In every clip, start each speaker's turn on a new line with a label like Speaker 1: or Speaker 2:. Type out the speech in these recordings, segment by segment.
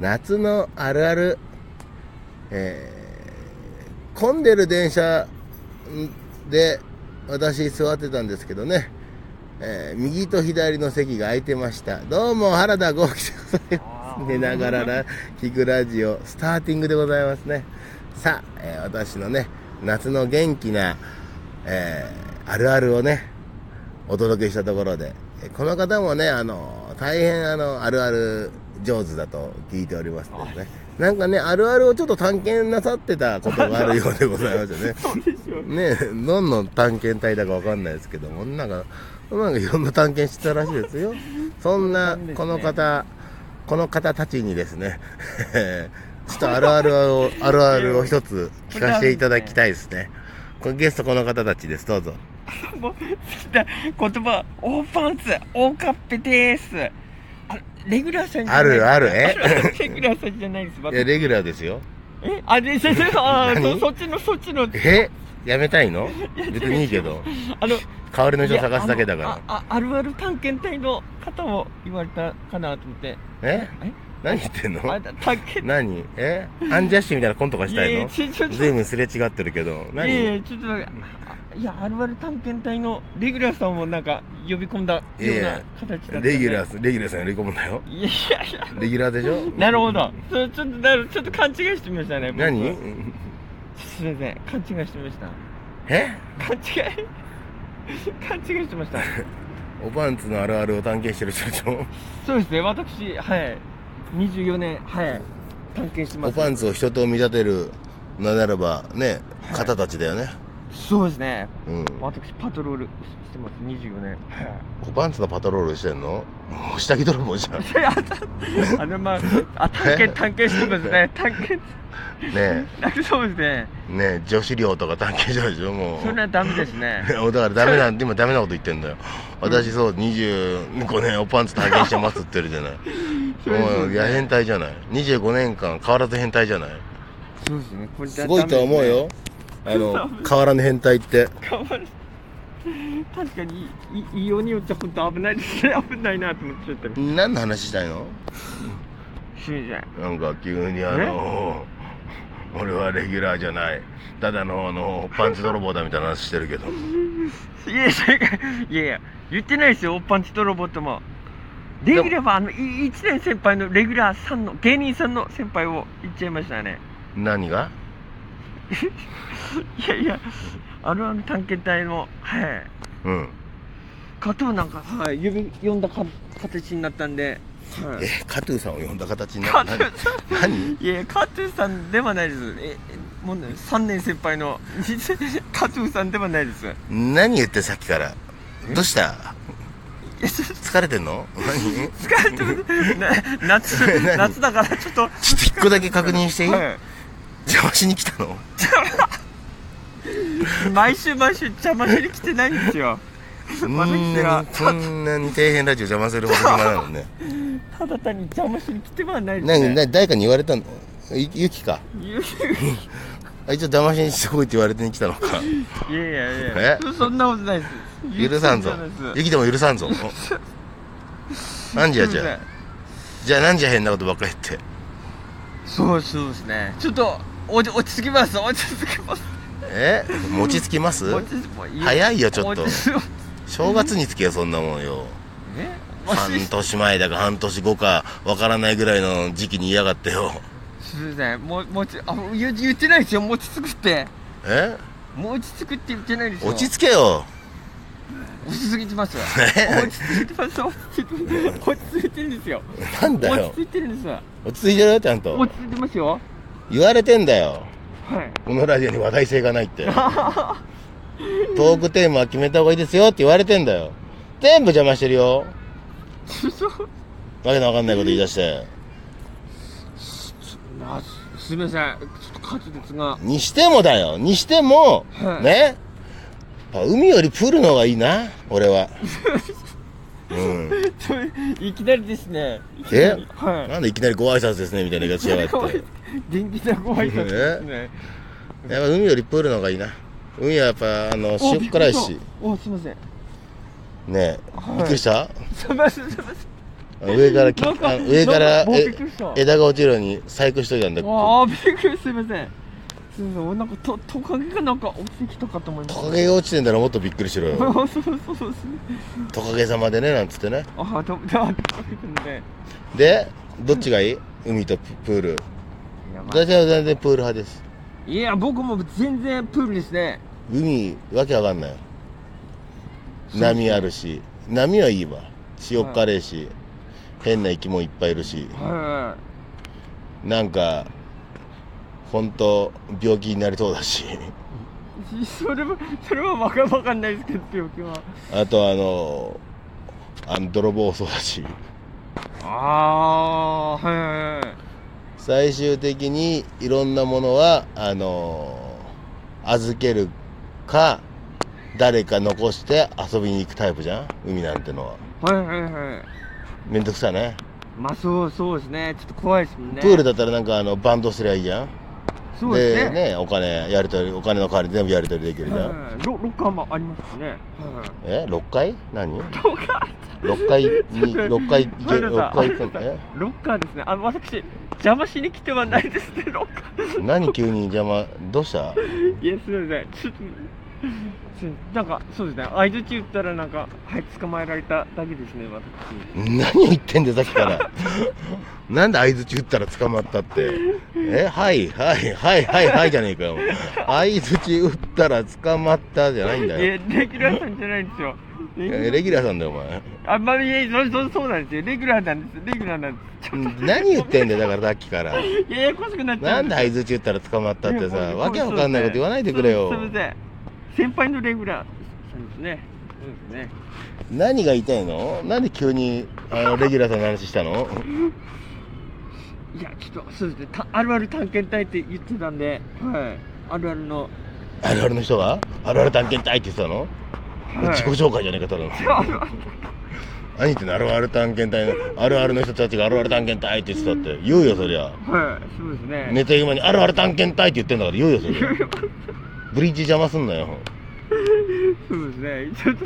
Speaker 1: 夏のあるある、えー混んでる電車んで私座ってたんですけどね、えー右と左の席が空いてました。どうも原田豪輝でございます。寝ながらラ聞くラジオ、スターティングでございますね。さあ、えー私のね、夏の元気な、えーあるあるをね、お届けしたところで、えこの方もね、あの、大変あの、あるある上手だと聞いておりますのでね。なんかね、あるあるをちょっと探検なさってたことがあるようでございました ね。
Speaker 2: そうでしょう ね。
Speaker 1: ねえ、どんな探検隊だかわかんないですけども、なんか、なんかいろんな探検してたらしいですよ。そんな、この方、この方たちにですね、 ちょっとあるあるを、あるあるを一つ聞かせていただきたいですね。これゲストこの方たちです、どうぞ。
Speaker 2: もう、好きな言葉、オーパンツ、オーカッペです。あレギュラーさんじゃない
Speaker 1: あるあるえ
Speaker 2: レギュラーさんじゃないです。
Speaker 1: いや、レギュラーですよ。
Speaker 2: え、あ、で、先生、あー、
Speaker 1: 何
Speaker 2: そそっちの、そっちの、
Speaker 1: えやめたいの別にいいけど。
Speaker 2: あの、
Speaker 1: 代わりの人を
Speaker 2: いや
Speaker 1: 探すだけだから。
Speaker 2: あのあああるある探検隊の方も言われたかなと思って。
Speaker 1: え
Speaker 2: え
Speaker 1: 何言ってんの
Speaker 2: あれだ、探検
Speaker 1: 何えアンジャッシュみたいなコントがしたい
Speaker 2: いや
Speaker 1: の
Speaker 2: ちょちょちょ
Speaker 1: 随分すれ違ってるけど。
Speaker 2: いやい
Speaker 1: 何
Speaker 2: や、ちょっとなんか、あいや、あるある探検隊のレギュラーさんもなんか呼び込んだよ
Speaker 1: いやいう
Speaker 2: な
Speaker 1: や
Speaker 2: 形だったんで
Speaker 1: レギュラーす、レギュラーさん呼び込むんだよ。
Speaker 2: いやいやいや。
Speaker 1: レギュラーでしょ
Speaker 2: なるほど。ちょちょっとなる、ちょっと勘違いしてましたね。僕
Speaker 1: 何う
Speaker 2: す
Speaker 1: ん
Speaker 2: みません、勘違いしてました。
Speaker 1: え
Speaker 2: 勘違い。勘違い してました。
Speaker 1: おパンツのあるあるを探検してる人でしょ
Speaker 2: そうですね、私、はい。24年、はい。探検してま
Speaker 1: お
Speaker 2: す。
Speaker 1: パンツを人と見立てるなならば、ね、方たちだよね。
Speaker 2: そうですね。
Speaker 1: うん。
Speaker 2: 私、パトロールしてます、24年。 はい。
Speaker 1: おパンツのパトロールしてんのもう下着泥棒じゃん。ね
Speaker 2: であたあの、まあ、あ、探検、探検してますね。探検、
Speaker 1: え。
Speaker 2: あそうですね。
Speaker 1: ねえ女子寮とか探検所でしょもう
Speaker 2: それはダメですね。
Speaker 1: だからダメなん今ダメなこと言ってんだよ私そう25年おパンツ探検してますって言ってるじゃない
Speaker 2: そうです
Speaker 1: もういや変態じゃない25年間変わらず変態じゃない
Speaker 2: そうですね。これ
Speaker 1: すごいとは思う。よあ の変わらぬ変態って
Speaker 2: ダメですね頑張る確かに、い、異様によっちゃ本当危ないですね。 危ないなと思っちゃった。
Speaker 1: 何の話したいの
Speaker 2: すみません。
Speaker 1: なんか急にあ の俺はレギュラーじゃないただのあのパンツ泥棒だみたいな話してるけど
Speaker 2: いやいやいやいや言ってないですよおっぱんちとロボットもレギュラーはあの1年先輩のレギュラーさんの芸人さんの先輩を言っちゃいましたね
Speaker 1: 何が
Speaker 2: いやいやあのあの探検隊のはい
Speaker 1: うん
Speaker 2: 方をなんかはい呼び呼んだか形になったんで、はい
Speaker 1: えカトゥーさんを呼んだ形にな
Speaker 2: カ
Speaker 1: っ
Speaker 2: ト
Speaker 1: た
Speaker 2: ゥーさん
Speaker 1: 何
Speaker 2: いやいやカトゥーさんではないですええもうね3年先輩の カトゥーさんではないですいや
Speaker 1: 何言ってさっきからどうした
Speaker 2: ちょっと
Speaker 1: 疲れてんの何
Speaker 2: 疲れてますな 夏
Speaker 1: 何
Speaker 2: 夏だからちょっと
Speaker 1: ちょっと一個だけ確認していい
Speaker 2: はい
Speaker 1: 邪魔しに来たの
Speaker 2: 毎週毎週邪魔しに来てないんですよ
Speaker 1: そん
Speaker 2: 私
Speaker 1: な
Speaker 2: は
Speaker 1: にこんなに底辺ラジオ邪魔するほど暇なのね
Speaker 2: ただ単に邪魔しに来てはないです
Speaker 1: 何
Speaker 2: ね
Speaker 1: 何誰かに言われたのいゆきか
Speaker 2: ゆ
Speaker 1: あ一応騙しにしてこいって言われてに来たの か
Speaker 2: いやいやいや
Speaker 1: え
Speaker 2: そそんなことないです
Speaker 1: 許さんぞ
Speaker 2: ゆきじゃないで
Speaker 1: ゆきでも許さんぞなん
Speaker 2: す
Speaker 1: じゃじ
Speaker 2: すいま
Speaker 1: ゃあじゃあなんじゃ変なことばっかり言って
Speaker 2: せんそうそうですねちょっと落ち落ち着きます落ち着きます
Speaker 1: え餅つきます
Speaker 2: 落ち着きます
Speaker 1: 早いよちょっと
Speaker 2: 落ち着きます
Speaker 1: 正月につけよそんなもんよ
Speaker 2: え
Speaker 1: 半
Speaker 2: 落ち着き
Speaker 1: 年前だか半年後かわからないぐらいの時期に嫌がってよ
Speaker 2: すいませんもうもうちあ言言ってないですよ落ち着くって
Speaker 1: え
Speaker 2: もう落ち着くって言ってないですよ
Speaker 1: 落ち着けよ
Speaker 2: 落ち着いてますよ
Speaker 1: え
Speaker 2: 落ち着い てます落ち着いてます落ち着いてるんですよ
Speaker 1: なんだ
Speaker 2: 落ち
Speaker 1: よ
Speaker 2: 着いてるんですよ
Speaker 1: 落ち着いてるよちゃんと
Speaker 2: 落ち着いてますよ
Speaker 1: 言われてんだよ
Speaker 2: はい
Speaker 1: このラジオに話題性がないってトークテーマは決めた方がいいですよって言われてんだよ全部邪魔してるよ
Speaker 2: そう
Speaker 1: わけのわかんないこと言い出して
Speaker 2: まあ、すすみません、ちょっと勝つですが、
Speaker 1: にしてもだよにしても、
Speaker 2: はい
Speaker 1: ねあ海よりプールの方がいいな俺はうん
Speaker 2: ちょいきなりですね、いき
Speaker 1: え
Speaker 2: なりは
Speaker 1: なんでいきなりご挨拶ですねみたいな言い方しやが
Speaker 2: い、 ご
Speaker 1: っ
Speaker 2: 挨
Speaker 1: て
Speaker 2: 拶元気なご挨拶ですね、
Speaker 1: やっぱ海よりプールの方がいいな海はやっぱあの
Speaker 2: お
Speaker 1: 塩っ辛いし、
Speaker 2: びっくりしたおすみません、
Speaker 1: ね
Speaker 2: はい
Speaker 1: びっくりした
Speaker 2: すみません、すみません、
Speaker 1: 上からき
Speaker 2: なんか
Speaker 1: あ上から
Speaker 2: なんか
Speaker 1: え
Speaker 2: びっくりした
Speaker 1: 枝が落ちるように細工しといたんだ
Speaker 2: あ
Speaker 1: ト
Speaker 2: あびっくりすいませんすいません俺なんかトトカゲがなんか落ちてきたかと思いました
Speaker 1: カゲが落ちてんだらもっとびっくりしろよ
Speaker 2: そうそうそうですね
Speaker 1: トカゲ様でねなんつってね
Speaker 2: ああトトカゲくんで
Speaker 1: でどっちがいい海とププール
Speaker 2: いや,、
Speaker 1: 私は全然プール派です
Speaker 2: いや僕も全然プールですね
Speaker 1: 海わけわかんないよ
Speaker 2: そう
Speaker 1: 波あるし波はいいわ塩っ辛いし、変な生き物いっぱいいるし
Speaker 2: は
Speaker 1: なんか本当病気になりそうだし
Speaker 2: いそれはそれはわかわかんないですけど病気は
Speaker 1: あとあのあの泥棒そうだし
Speaker 2: ああーはいはいはい
Speaker 1: 最終的にいろんなものはあの預けるか誰か残して遊びに行くタイプじゃん海なんてのは
Speaker 2: はいはいはい
Speaker 1: めんどくさね
Speaker 2: まあそうそうですねちょっと怖いですもんね
Speaker 1: プールだったらなんかあのバンドすりゃいいじゃん
Speaker 2: そうですね
Speaker 1: お金やり取りお金の代わりに全部やり取りできるじゃん、
Speaker 2: はいロロッカーもありますしねはい
Speaker 1: え6階何
Speaker 2: ロッカ
Speaker 1: 6階に6階行け
Speaker 2: 前田さん
Speaker 1: 6階行くえ
Speaker 2: ーロッカーですねあの私邪魔しに来てはないですねロッカー
Speaker 1: 何急に邪魔どうした
Speaker 2: いやすいませんちょっとすいませんなんかそうですね相槌打ったらなんかはい捕まえられただけですね私
Speaker 1: 何を言ってんだよさっきから なんで相づち打ったら捕まったってえはいはいはいはいはいじゃねえかよ相づち打ったら捕まったじゃないんだ
Speaker 2: い
Speaker 1: よ
Speaker 2: やレギュラーさんじゃないんですよ
Speaker 1: えレギュラーさんだよお前
Speaker 2: あんまりいやそうそうそうなんですよレギュラーなんですレギュラーなんですちょっ
Speaker 1: 何言ってんだよだからさっきから
Speaker 2: とややこしくなっちゃ
Speaker 1: な
Speaker 2: うんん
Speaker 1: で
Speaker 2: です
Speaker 1: 相づち打ったら捕まったってさ
Speaker 2: いやもう
Speaker 1: わけわかんないこと言わないでくれよ
Speaker 2: そうですねすいません先輩のレギュラーさんですねそうですね
Speaker 1: 何が言いたいのなんで急にあのレギュラーさんの話したの
Speaker 2: いやちょっとそうですねたあるある探検隊って言ってたんではいあるあるの、
Speaker 1: あるあるの人があるある探検隊って言ってたの、
Speaker 2: はい、
Speaker 1: 自己紹介じゃねえかただの
Speaker 2: いやあるある
Speaker 1: 何言ってんのあるある探検隊のあるあるの人たちがあるある探検隊って言ってたって言うよそりゃ
Speaker 2: はいそうですね
Speaker 1: 寝てる間にあるある探検隊って言ってんだから言うよそりゃ
Speaker 2: いや
Speaker 1: ブリッジ邪魔すんなよ
Speaker 2: そうですねちょっと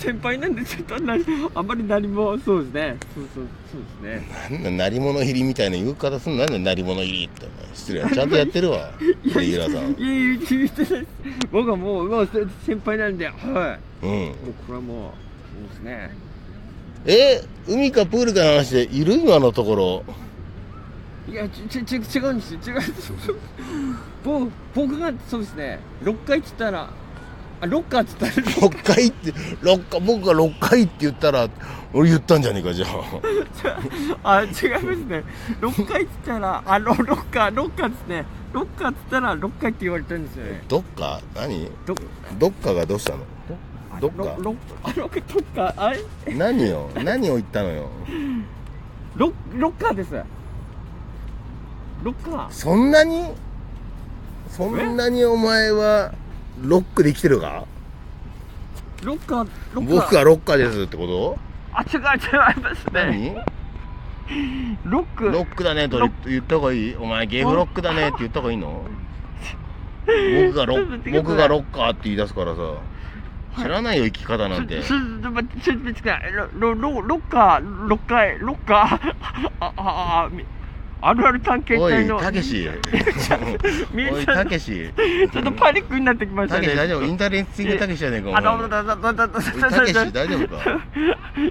Speaker 2: 先輩なんでちょっとなあんまり何もそうですねそうそうそうですね
Speaker 1: なんだ鳴り物入りみたいな言う方すんななんだ鳴り物入りって失礼ちゃんとやってる わレギュラーさん
Speaker 2: いやいや言ってないです僕はもうもうせ先輩なんでは
Speaker 1: うん
Speaker 2: いもうこれはもうそうですね
Speaker 1: え海かプールかの話でいる今のところ
Speaker 2: いやちちち違うんですよ違うんですよ僕僕がそうですね6回っつったらあロッカーっつったら
Speaker 1: 6回って六回僕が6回って言ったら俺言ったんじゃ ねえかじゃあ
Speaker 2: あ、違いますね。6回っつったら、あの、ロッカー、ロッカーっつって、ロッカーっつったら、6回って言われたんですよね。
Speaker 1: どっか何
Speaker 2: ど、
Speaker 1: どっかがどうしたの
Speaker 2: あ
Speaker 1: どっか
Speaker 2: ロロ あ、ロッロッカー、あれ
Speaker 1: 何よ何を言ったのよ
Speaker 2: ロロッカーです。ロッカ
Speaker 1: そんなにそんなにお前はロックで生きてるか
Speaker 2: ー、ロッカー、ロッカー。
Speaker 1: 僕はロッカーですってこと
Speaker 2: あ、違う、違いますね。
Speaker 1: 何
Speaker 2: ロック。
Speaker 1: ロックだねと
Speaker 2: ロッ
Speaker 1: 言った方がいいお前ゲームロックだねって言った方がいいの僕がロ
Speaker 2: ちょっと待っ
Speaker 1: ッ
Speaker 2: てください
Speaker 1: 僕がロッカーって言い出すからさ
Speaker 2: い
Speaker 1: 知らないよ生き方なん
Speaker 2: ちょ
Speaker 1: て
Speaker 2: ちょちょ待ってちょっと待ってロロロッカーロッカーロッカーあああみあるある探検
Speaker 1: お
Speaker 2: 隊
Speaker 1: い
Speaker 2: の
Speaker 1: たけし
Speaker 2: み
Speaker 1: お
Speaker 2: ゆ
Speaker 1: い
Speaker 2: きさ
Speaker 1: た
Speaker 2: ん
Speaker 1: けし
Speaker 2: ちょっとパニックになってきました
Speaker 1: たけ
Speaker 2: ね
Speaker 1: し大丈夫インターネット的たけしじゃねえかお
Speaker 2: あ、
Speaker 1: 前
Speaker 2: どうもどうもどうもどうもどう
Speaker 1: おい
Speaker 2: も
Speaker 1: たけし大丈夫か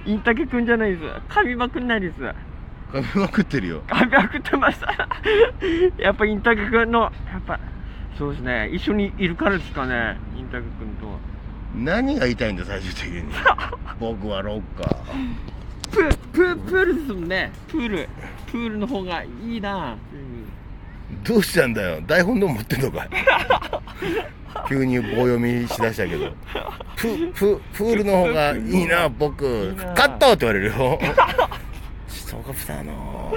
Speaker 2: インタケくんじゃないです。噛みまくんないです。
Speaker 1: 噛みまくってるよ
Speaker 2: 噛みまくってました。 やっぱインタケくんの、やっぱ、そうですね。一緒にいるからですかね。インタケくんと。
Speaker 1: 何が言いたいんだ最終的 に僕はロッカー
Speaker 2: プ、プ、プールですもんね。プール。プールの方がいいな。
Speaker 1: どうしたんだよ台本でも持ってんのか急に棒読みしだしたけどプププールの方がいいな僕
Speaker 2: いいな
Speaker 1: カットって言われるよそうかさのお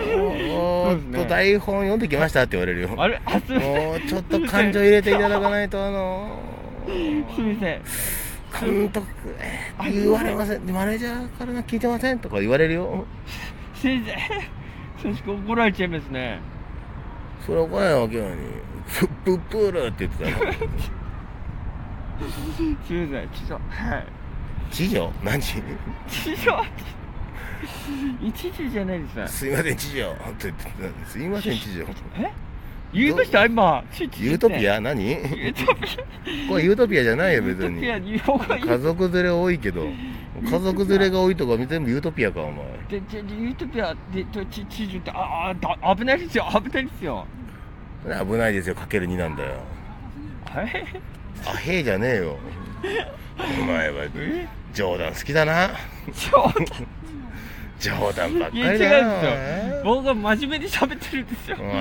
Speaker 1: ーっと台本読んできましたって言われるよ
Speaker 2: あれあ、すみません。
Speaker 1: もうちょっと感情入れていただかないとあ の
Speaker 2: すみません。
Speaker 1: 監督えー言われませんマネージャーから聞いてませんとか言われるよ
Speaker 2: 先生。先生怒られちゃいますね。
Speaker 1: それおかないわけなのにプププールって言ってたの
Speaker 2: すみません。ちょっと、はい。
Speaker 1: 次女何時
Speaker 2: 師匠一時じゃないですよ
Speaker 1: すいません知事よって言ってたすいません知事よ
Speaker 2: え言いました今ちちち
Speaker 1: ユートピ
Speaker 2: ユ
Speaker 1: ア何
Speaker 2: ートピ
Speaker 1: これユートピアじゃ
Speaker 2: ア
Speaker 1: ないよ別に
Speaker 2: ユートピア
Speaker 1: 家族連れ多いけど家族連れが多いとか全部ユートピアかお前
Speaker 2: でででユートピアでとちちじってああだ危ないですよ危ないですよ
Speaker 1: それ危ないですよかける2なんだよ
Speaker 2: はい
Speaker 1: あへえじゃねえよお前は
Speaker 2: え
Speaker 1: 冗談好きだな
Speaker 2: 冗談
Speaker 1: 冗談ばっか
Speaker 2: い
Speaker 1: り
Speaker 2: や違うん
Speaker 1: だよ
Speaker 2: ですよ僕は真面目に喋ってるんですよ
Speaker 1: お前よ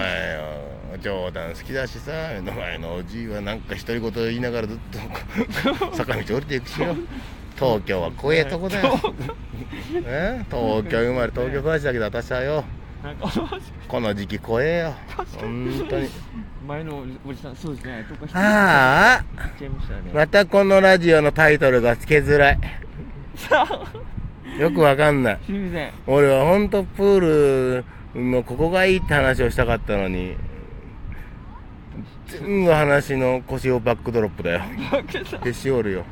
Speaker 1: 冗談好きだしさ目の前のおじいはなんか独り言言いながらずっと坂道降りていくしよ東京は怖えとこだよ、ね、東京生まれ東京育ちだけど私はよ
Speaker 2: なんか
Speaker 1: この時期怖えよ本当に
Speaker 2: 前のおじさんそうですねとかあ
Speaker 1: ああ
Speaker 2: 言っちゃいましたね
Speaker 1: またこのラジオのタイトルがつけづらい
Speaker 2: さあ
Speaker 1: よくわかんない
Speaker 2: すみません
Speaker 1: 俺はほんとプールのここがいいって話をしたかったのに全部話の腰をバックドロップだよ
Speaker 2: バカさん
Speaker 1: 消しおるよ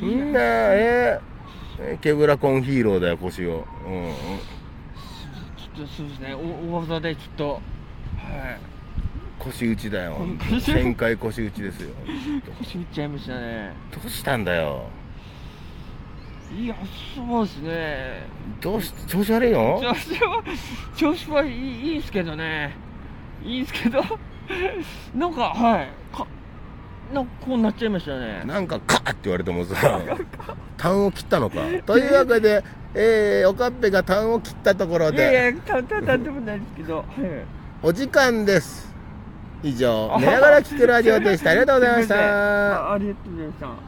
Speaker 1: みんなえー、ケブラコンヒーローだよ腰をうん
Speaker 2: ちょっとそうですねお大技でちょっとはい
Speaker 1: 腰打ちだ よ
Speaker 2: 腰打ち
Speaker 1: 旋回腰打ちですよ
Speaker 2: 腰打っちゃいましたね
Speaker 1: どうしたんだよ
Speaker 2: いやそうですね
Speaker 1: どうし調子悪いの
Speaker 2: 調子は 調子はいいいいんすけどねいいんすけど なんかはいかなんかこうなっちゃいましたね
Speaker 1: なんかカーって言われてもさ痰を切ったのかというわけでえー、おかっぺが痰を切ったところ
Speaker 2: い
Speaker 1: で
Speaker 2: やいやたたたんでもないですけど、はい
Speaker 1: お時間です以上寝ながら聞くラジオでしたありがとうございまし
Speaker 2: すいません
Speaker 1: た
Speaker 2: あありがとうございました